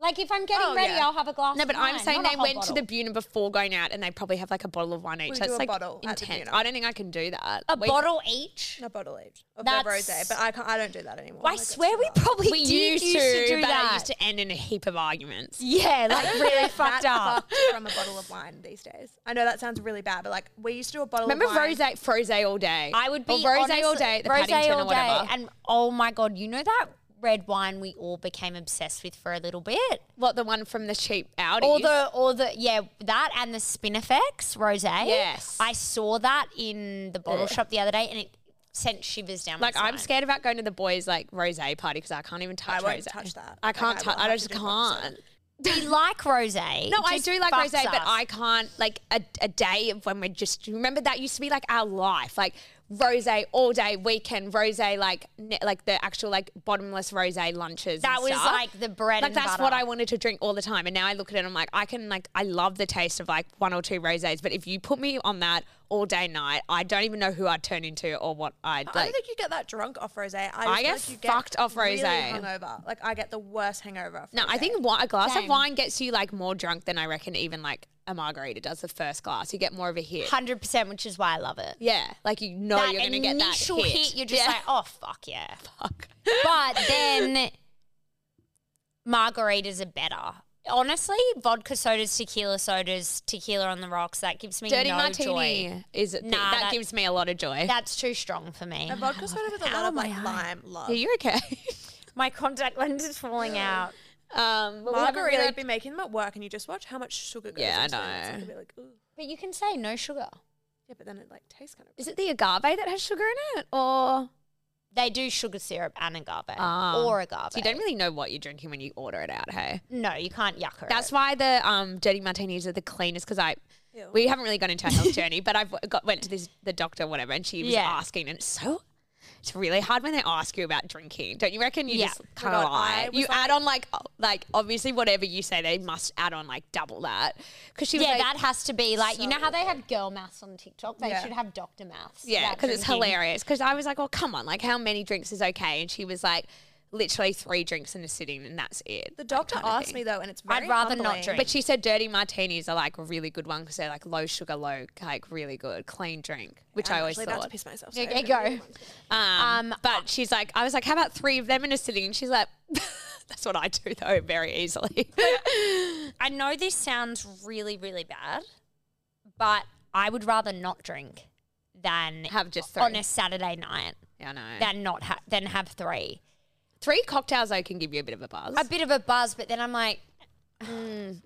Like if I'm getting
Oh,
ready,
yeah.
I'll have a glass.
No, but
of
I'm
wine,
saying
not a
they
whole
went
bottle.
to the Buna before going out, and they probably have like a bottle of wine each.
We
That's
do a
like
bottle at the
intense.
Buna.
I don't think I can do that.
a
We-
bottle each.
A bottle each of their
That's-
rosé, but I can't. I don't do that anymore.
I
Like, it's
swear
too
we
hard.
probably
We
did
used,
used
to,
do
but
that.
I used to end in a heap of arguments.
yeah, like
(laughs)
really fucked
That's
up.
fucked from a bottle of wine these days. I know that sounds really bad, but like we used to do a bottle
Remember
of wine.
rose, frose all day.
I would be
or rose all day, at the
rose
Paddington
all
or
day,
whatever.
and oh my god, you know that red wine we all became obsessed with for a little bit.
what the one from the cheap Audi?
All the, all the, yeah, that and the Spinifex rosé.
Yes.
I saw that in the bottle shop the other day, and it sent shivers down.
Like
my
I'm
spine.
scared about going to the boys' like rose party because I can't even touch.
won't
rose.
touch that.
I
Like,
can't.
I
tou-
will
I
have
just
to do both
can't.
We like rosé.
No, I do like rose, but I can't. Like a, a day of when we're just remember that used to be like our life, like rose all day weekend, rose like ne- like the actual like bottomless rose lunches.
That
and
was
stuff.
like the bread.
Like
and
that's
butter.
what I wanted to drink all the time, and now I look at it, and I'm like, I can like, I love the taste of like one or two rosés, but if you put me on that all day night, I don't even know who I'd turn into or what I'd
I
like.
don't think you get that drunk off rosé. I, just
I
feel
get
like you
fucked off
really
rosé.
Hungover, like I get the worst hangover. Off
No, I
rosé.
think wi- a glass
Same.
of wine gets you like more drunk than I reckon even like a margarita does the first glass. You get more of a hit.
Hundred percent, which is why I love it.
Yeah, like you know
that
you're gonna get that
initial
hit.
you're just
Yeah.
like, oh fuck yeah.
(laughs) Fuck.
But then margaritas are better. Honestly, vodka sodas, tequila sodas, tequila on the rocks, that gives me
dirty
no
martini
joy.
is a thing.
Nah,
that,
that-
gives me a lot of joy.
That's too strong for me.
a vodka soda with a lot of like lime, love.
Are you okay? (laughs)
My contact lens is falling out.
um, but we haven't
Margarita,
really-
would be making them at work, and you just watch how much sugar goes
Yeah, I
into them. It's
know.
like, you'll be like, ooh,
But you can say no sugar.
yeah, but then it like tastes kind of.
is it the agave that has sugar in it, or
They do sugar syrup and agave
Ah.
or agave.
so you don't really know what you're drinking when you order it out? Hey,
no, you can't yuck her.
that's why the um, dirty martinis are the cleanest because I.
Ew.
We haven't really gone into our health journey, but I've got went to this the doctor, whatever, and she was
Yeah.
asking, and it's so it's really hard when they ask you about drinking. Don't you reckon? You
Yeah.
just
my
kind of
God,
lie.
I was
You add on like o- like obviously whatever you say, they must add on like double that because she was
yeah,
like,
that has to be like you know how they have girl maths on TikTok. They
Yeah.
should have doctor maths.
yeah,
about
because it's
drinking.
hilarious. Because I was like, oh come on, like how many drinks is okay? And she was like, literally three drinks in a sitting, and that's it.
The
that
doctor
kind of
asked
thing.
me though, and it's very
I'd rather not
humbling.
drink.
But she said dirty martinis are like a really good one because they're like low sugar, low like really good, clean drink, which I
I'm
always
actually about to
thought.
piss myself. so-
Okay, go.
(laughs) Um, but she's like, I was like, how about three of them in a sitting? And she's like, (laughs) that's what I do though, very easily.
(laughs)
I know this sounds really, really bad, but I would rather not drink than
Have just
on
three.
a Saturday night
yeah, I know.
than not ha- than have three.
three cocktails though can give you a bit of a buzz.
A bit of a buzz, but then I'm like,
no,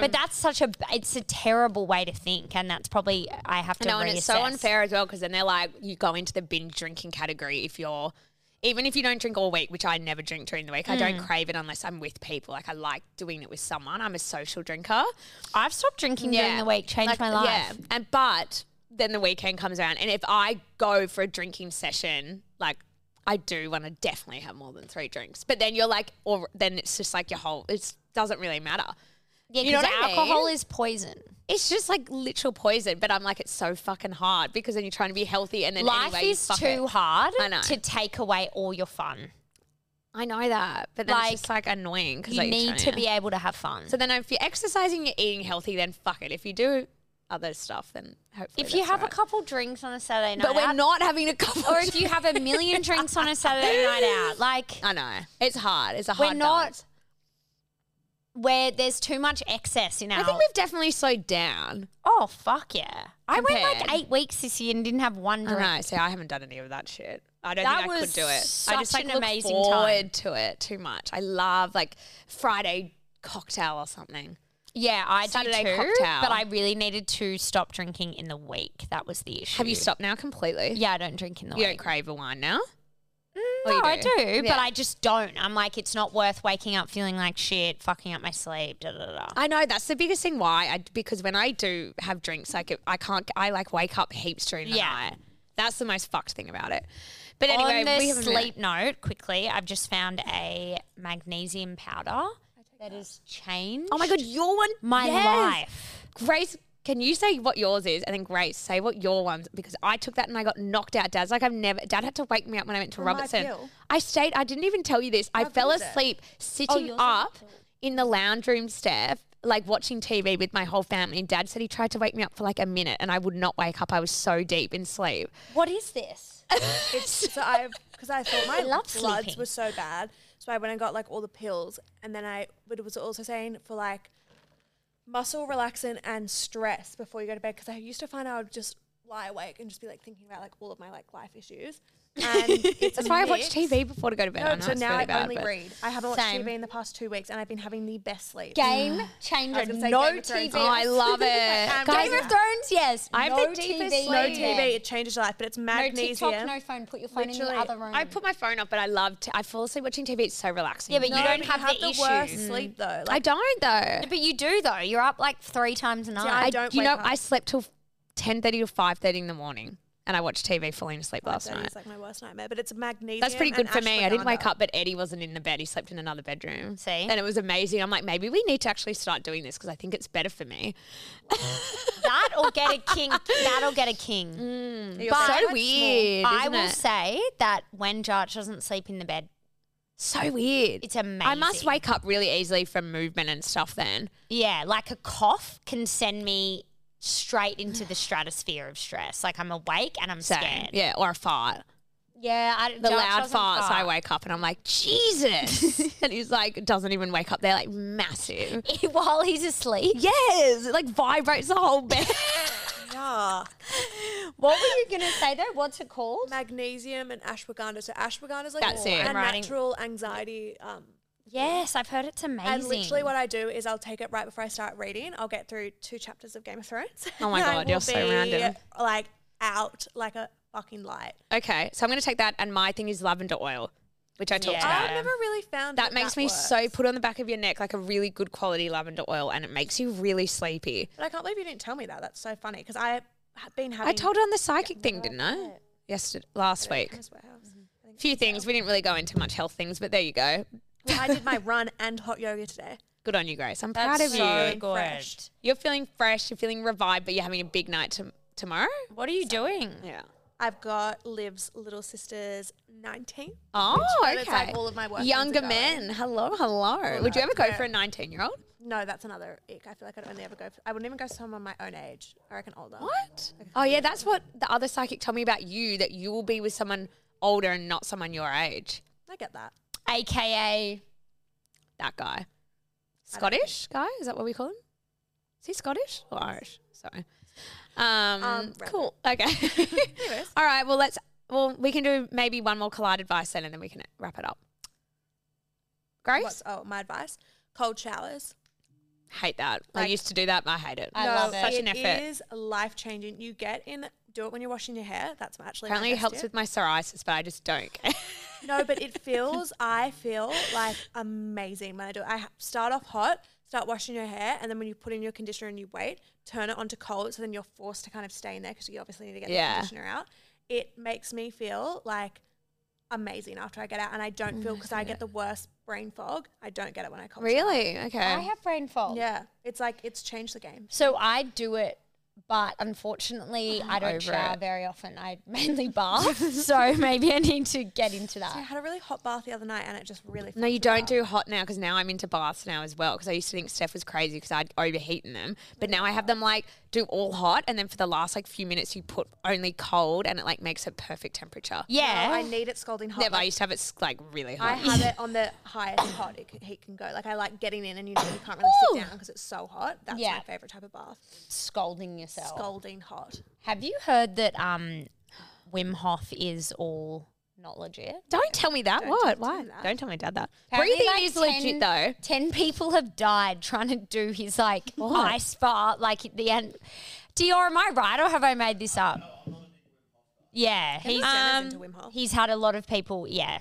but that's such a it's a terrible way to think, and that's probably I have to.
no, and it's so
reassess.
unfair as well because then they're like, you go into the binge drinking category if you're. Even if you don't drink all week, which I never drink during the week, I
Hmm.
don't crave it unless I'm with people. Like I like doing it with someone. I'm a social drinker.
I've stopped drinking during the week, changed
Like,
my life.
And but then the weekend comes around, and if I go for a drinking session, like I do want to definitely have more than three drinks. But then you're like, or then it's just like your whole. It doesn't really matter.
Yeah,
You know
because
what I
alcohol
mean?
is poison.
It's just like literal poison. But I'm like, it's so fucking hard because then you're trying to be healthy, and then
life
anyway, you
is
fuck
too
it.
hard
I know.
to take away all your fun.
I know that, but then
Like,
it's just like annoying because
You need to be able to have fun.
So then, if you're exercising, you're eating healthy, then fuck it. If you do other stuff, then hopefully
if you
that's
have a
all right.
couple drinks on a Saturday night,
But we're
out,
not having a couple.
or if you have a million drinks on a Saturday night out, like
I know. It's hard. It's a
We're
hard
not-
balance.
where there's too much excess in our.
I think we've definitely slowed down.
oh fuck yeah! I went like
Compared. Uh-huh.
eight weeks this year and didn't have one
All
drink.
right, so I haven't done any of that shit. I don't
That
think I
was
could do it. I
such
just like
an
look
amazing time.
forward to it too much. I love like Friday cocktail or something.
Yeah, I
Saturday
do too,
cocktail.
but I really needed to stop drinking in the week. That was the issue.
Have you stopped now completely?
Yeah, I don't drink in the
You don't
week.
crave a wine now?
no,
Or you
I do,
Yeah.
but I just don't. I'm like, it's not worth waking up feeling like shit, fucking up my sleep. Da da da.
I know that's the biggest thing why I because when I do have drinks, like it- I can't, I like wake up heaps during the
Yeah.
night. That's the most fuckcked thing about it. But anyway,
on the
we haven't met.
sleep note, quickly, I've just found a magnesium powder that has changed.
Oh my god, your one,
my
yes.
life.
Grace, can you say what yours is, and then Grace say what your one's because I took that and I got knocked out. Dad's like I've never. Dad had to wake me up when Oh, I went to
From my
Robertson.
pill?
I stayed. I didn't even tell you this. I fell
was it?
asleep sitting up in the lounge room staff. Like watching TV with my whole family, and Dad said he tried to wake me up for like a minute, and I would not wake up. I was so deep in sleep.
What is this?
It's, so I, because I thought my
(laughs) love
bloods
sleeping.
were so bad, so I went and got like all the pills, and then I, but it was also saying for like muscle relaxant and stress before you go to bed, because I used to find I would just lie awake and just be like thinking about like all of my like life issues.
(laughs)
And it's
That's why I watch
mixed.
TV before to go to bed. I
No,
know
so
it's
now
really
I
bad,
only
but-
read. I haven't watched
Same.
TV in the past two weeks, and I've been having the best sleep.
Game changer.
gonna say
No
Game of
TV.
Thrones.
Oh,
(laughs)
I love it.
I'm
Game
doing
of
that.
Thrones, yes.
I have
no
the deepest
TV.
sleep.
No TV, it changes your life, but it's
No
magnesium.
TikTok, no phone. Put your phone in
Literally,
the other room.
I put my phone up, but I love. T- I fall asleep watching TV. It's so relaxing.
yeah, but you
No,
don't
but
have,
the, worst
issues.
sleep though.
I
Like,
don't though.
But you do though. You're up like three times a night.
I don't
you
wake
know,
up.
I slept till ten thirty to five thirty in the morning, and I watched TV falling asleep last night.
It's like my worst nightmare, but it's magnesium.
That's pretty
and
good for me. I didn't
ashwagandha.
wake up, but Eddie wasn't in the bed. He slept in another bedroom.
See?
and it was amazing. I'm like, maybe we need to actually start doing this because I think it's better for me.
that or get a king. That'll get a king.
You're
But-
right.
so weird.
I
isn't
will
it?
say that when Jarch doesn't sleep in the bed,
so weird.
it's amazing.
I must wake up really easily from movement and stuff. Then
Yeah, like a cough can send me straight into the stratosphere of stress. Like I'm awake and I'm
so
scared.
yeah, or a fart.
Yeah, I,
the
Jarch
loud farts.
doesn't
I
fart.
wake up and I'm like, Jesus. and he's like, doesn't even wake up. They're like massive.
(laughs) while he's asleep.
Yes, it like vibrates the whole (laughs) bed.
Yeah.
What were you gonna say though? What's it called?
Magnesium and ashwagandha. So ashwagandha is like
That's it.
a
I'm
writing-
natural anxiety. Um,
Yes, I've heard it's amazing.
and literally, what I do is I'll take it right before I start reading. I'll get through two chapters of Game of Thrones.
Oh my
(laughs) and I
God, you're
will
so
be,
random.
Like out like a fucking light.
okay, so I'm going to take that. And my thing is lavender oil, which I talked
Yeah.
about.
I've never really found
That makes me so
Um, works.
put on the back of your neck like a really good quality lavender oil and it makes you really sleepy.
But I can't believe you didn't tell me that. That's so funny because I've been having.
I told her on the psychic thing, didn't I? Yesterday, last week.
Chemist Warehouse. I think-
Few things. We didn't really go into much health things, but there you go.
Well, I did my run and hot yoga today.
Good on you, Grace. I'm
That's
proud of
so
you.
good.
fresh.
You're feeling fresh, you're feeling revived, but you're having a big night to- tomorrow?
What are you doing?
Yeah.
I've got Liv's little sister's 19th.
Oh, okay.
But it's like all of my work friends are
Younger
going.
men. Hello, hello. Would you ever go for a 19 year old?
No, that's another ick. I feel like I'd only ever go. For, I wouldn't even go for someone my own age. I reckon older.
What? Oh, yeah, that's what the other psychic told me about you that you will be with someone older and not someone your age.
I get that.
AKA
That guy. Scottish guy? Is that what we call him? Is he Scottish or Irish? Sorry. Um,
Um,
cool. Okay. All right. Well, let's. Well, we can do maybe one more collide advice then, and then we can wrap it up. Grace,
What's oh my advice? Cold showers.
hate that. I
Like-
used to do that, but I hate it.
I love it.
Such an effort.
It is life changing. You get in. Do it when you're washing your hair. That's my actually. my
Apparently, it
best
helps
tip.
with my psoriasis, but I just don't. care.
No, but
(laughs)
it feels, I feel like amazing when I do it. I ha- start off hot, start washing your hair, and then when you put in your conditioner and you wait, turn it onto cold. So then you're forced to kind of stay in there because you obviously need to get
Yeah.
the conditioner out. It makes me feel like amazing after I get out, and I don't
Mm,
feel because I get the worst brain fog. I don't get it
(laughs)
when I cold. shower.
really? Okay.
I have brain fog.
Yeah. It's like, it's changed the game.
So I do it but unfortunately, I
over
don't
it.
shower very often. I mainly bath, (laughs) so maybe I need to get into
I
that.
had a really hot bath the other night and it just really.
No, you don't do hot now because now I'm into baths now as well. Because I used to think Steph was crazy because I'd overheat in them, but now I have them like do all hot, and then for the last like few minutes you put only cold, and it like makes it perfect temperature.
Yeah,
I need it scalding hot.
Never. I
Like,
used to have it s- like really
I
hot. (laughs)
have it on the highest hot it can, heat can go. Like I like getting in and you know you can't really sit down because it's so hot. That's
Yeah.
my favorite type of bath.
scolding yourself.
Scalding hot.
Have you heard that um, Wim Hof is all not legit?
Don't tell me that. what? Why?
that.
Don't tell my dad that.
Apparently,
Breathing
like,
is legit
10
though.
Ten people have died trying to do his like ice bath, like at the end. Dior, am I right or have I made this up? Yeah, he's uh,
Jenna's into
um,
Wim Hof.
he's had a lot of people. Yeah,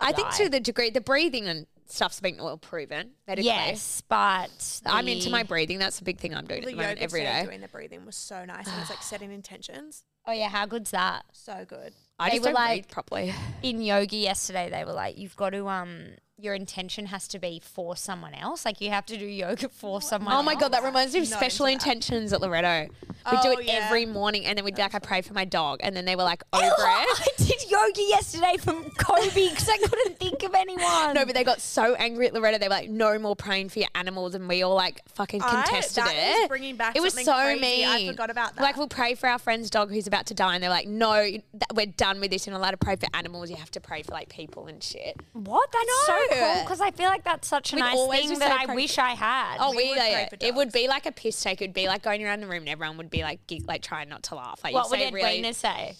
I think
die.
to the degree the breathing and stuff's been well proven medically.
yes, but
I'm into
the-
my breathing. That's the big thing I'm doing
The
at the moment
yoga
every
today
day.
doing the breathing was so nice and it's like setting intentions.
Oh yeah, how good's that?
So good.
I
They
just
were
don't breathe
like-
properly.
in yoga yesterday they were like you've got to um your intention has to be for someone else like you have to do yoga for someone
Oh my god,
else.
that reminds me of
Not
special
into that.
intentions at Loretto. We do
Oh,
it
yeah.
every morning, and then we'd be like, I pray for my dog, and then they were like,
(laughs)
over
I
it.
did yoga yesterday from Kobe because I couldn't think of anyone.
No, but they got so angry at Loretta. They were like, "No more praying for your animals," and we all like fucking
I-
contested
that
it.
is bringing back
it was
something
so
crazy.
mean.
I forgot about that.
Like we'll pray for our friend's dog who's about to die, and they're like, "No, th- we're done with this. You're not allowed to pray for animals. You have to pray for like people and shit."
what? That's so
No.
cool because I feel like that's such a
We'd
nice
always
thing
just
that
say
I
pray-
wish I had.
Oh, we,
would pray
like,
for
it would
dogs.
be like a piss take. It'd be like going around the room, and everyone would be like, gig, like trying not to laugh. Like
what
you
would
say,
Edwina
really
say?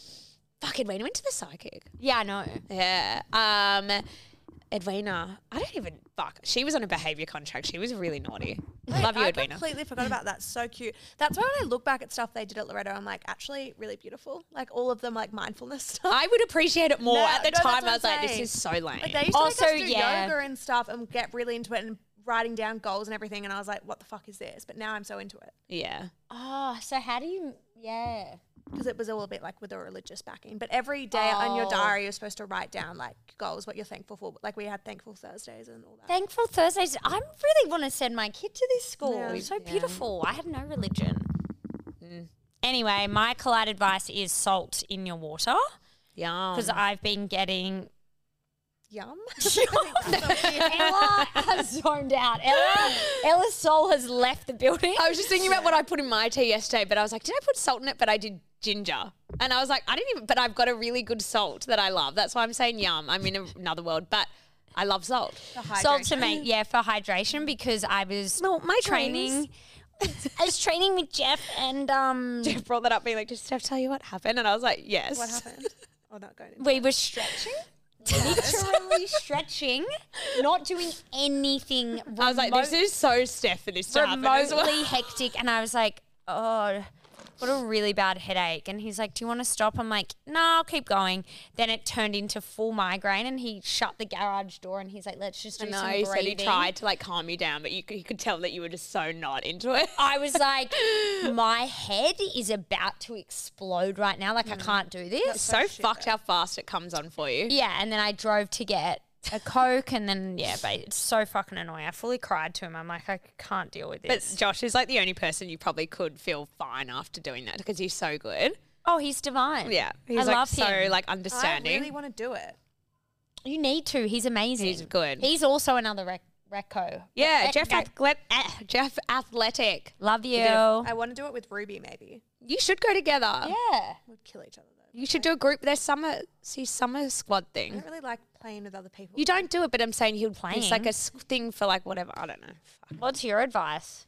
fucking Edwina went to the psychic.
Yeah, I know.
Yeah. Um, Edwina, I don't even fuck. She was on a behavior contract. She was really naughty. Love you,
I
Edwina.
completely forgot about that. So cute. That's why when I look back at stuff they did at Loretto, I'm like, actually, really beautiful. Like all of them, like mindfulness (laughs) stuff.
I would appreciate it more.
No,
At the
no, that's
time,
what
I
I'm
was like, this
saying.
is so lame.
Like they used to
Also,
make us do
yeah.
yoga and stuff and get really into it and writing down goals and everything. And I was like, what the fuck is this? But now I'm so into it
yeah.
Oh, so how do you? Yeah.
because it was all a bit like with a religious backing. But every day on your
Oh.
diary, you're supposed to write down like goals, what you're thankful for. Like we had thankful Thursdays and all that.
Thankful Thursdays. I really want to send my kid to this school.
Yeah.
It's so beautiful. I have no religion. Mm. Anyway, my collide advice is salt in your water
Yum.
because I've been getting.
Yum.
(laughs) Ella has zoned out. Ella, Ella's soul has left the building.
I was just thinking about what I put in my tea yesterday, but I was like, did I put salt in it? But I did ginger. And I was like, I didn't even, but I've got a really good salt that I love. That's why I'm saying yum. I'm in another world, but I love salt.
Salt to me, yeah, for hydration because I was
No, my
training. I was training with Jeff and um,
Jeff brought that up, being like, did Steph tell you what happened? And I was like, yes.
what happened? Oh, not going. Into
we were stretching. Literally (laughs) stretching, not doing anything.
I was like, this is so Steph for this to happen as well.
remotely hectic and I was like, oh, what a really bad headache. And he's like, do you want to stop? I'm like, no, I'll keep going. Then it turned into full migraine and he shut the garage door and he's like, let's just do
No,
some
he
breathing.
said he tried to like calm you down, but you could, he could tell that you were just so not into it.
I was like, my head is about to explode right now. Like, I
Mm.
can't do this.
(laughs) so fucked how fast it comes on for you.
Yeah, and then I drove to get a Coke and then, yeah, but it's so fucking annoying. I fully cried to him. I'm like, I can't deal with
But
this.
Josh is like the only person you probably could feel fine after doing that because he's so good.
oh, he's divine.
Yeah, he's
I
like
love
so
him.
like
I
understanding.
really want to do it.
You need to. He's amazing.
He's good.
He's also another rec- reco.
yeah,
Rec-
Jeff,
guy.
Athle- eh, Jeff Athletic.
Love you.
I want to do it with Ruby. Maybe
You should go together.
Uh, yeah.
we'd kill each other though.
You should do a group. Their summer, see summer squad
I
thing.
don't really like playing with other people.
You don't do it, but I'm saying he'll play. It's like
Playing?
a s- thing for like whatever. I don't know. Fuck.
What's your advice?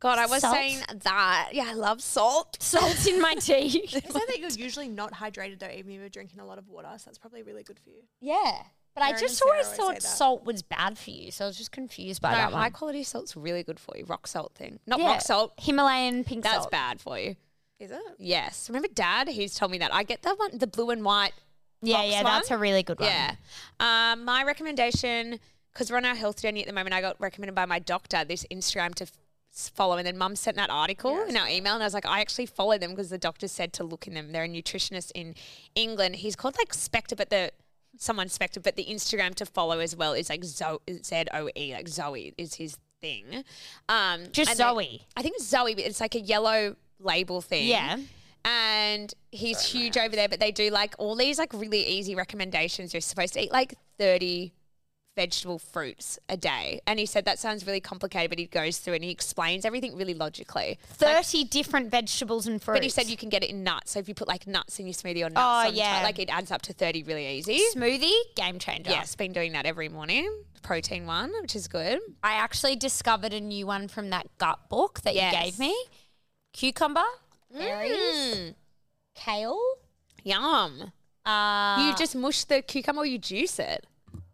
God, I was
Salt?
saying that. Yeah, I love salt.
Salt in
(laughs)
my tea.
Isn't it that you're usually not hydrated though, even if you're drinking a lot of water? So that's probably really good for you.
yeah. But I
Aaron
just
and
always
Sarah
thought
always say that.
salt was bad for you, so I was just confused by
No,
that one.
high quality salt's really good for you. Rock salt thing. Not
Yeah.
rock salt.
Himalayan pink
That's
salt.
bad for you.
Is it?
Yes. Remember dad? He's told me that. I get the one the blue and white.
Yeah,
box
yeah, that's
one?
a really good one.
Yeah. Um, my recommendation, because we're on our health journey at the moment, I got recommended by my doctor this Instagram to f- s- follow. And then mum sent that article in our email. And I was like, I actually follow them because the doctor said to look in them. They're a nutritionist in England. He's called like Spectre, but the someone Spectre, but the Instagram to follow as well is like Zoe, Z O E, like Zoe is his thing. Um,
Just
and they-
Zoe.
I think it's Zoe, but it's like a yellow label thing.
Yeah.
And he's huge over there, but they do like all these like really easy recommendations. You're supposed to eat like 30 vegetable fruits a day. And he said that sounds really complicated, but he goes through and he explains everything really logically.
30 different vegetables and fruits.
But he said you can get it in nuts. So if you put like nuts in your smoothie or nuts,
Oh,
on
yeah.
top, like it adds up to 30 really easy.
smoothie game changer.
Yes, been doing that every morning. Protein one, which is good.
I actually discovered a new one from that gut book that you
Yes. Mm.
gave me. Cucumber, berries, kale.
Yum.
Uh,
you just mush the cucumber or you juice it.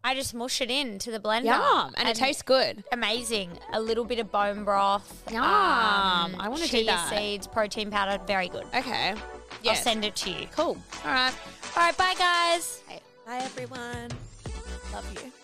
I just mush it into the blender.
Yum. And, it tastes good.
amazing. A little bit of bone broth. um,
Yum. I wanna do
chia
that.
seeds, protein powder, very good.
Okay.
I'll
Yes.
send it to you.
cool. All right.
All right, bye guys.
Bye, everyone. Love you.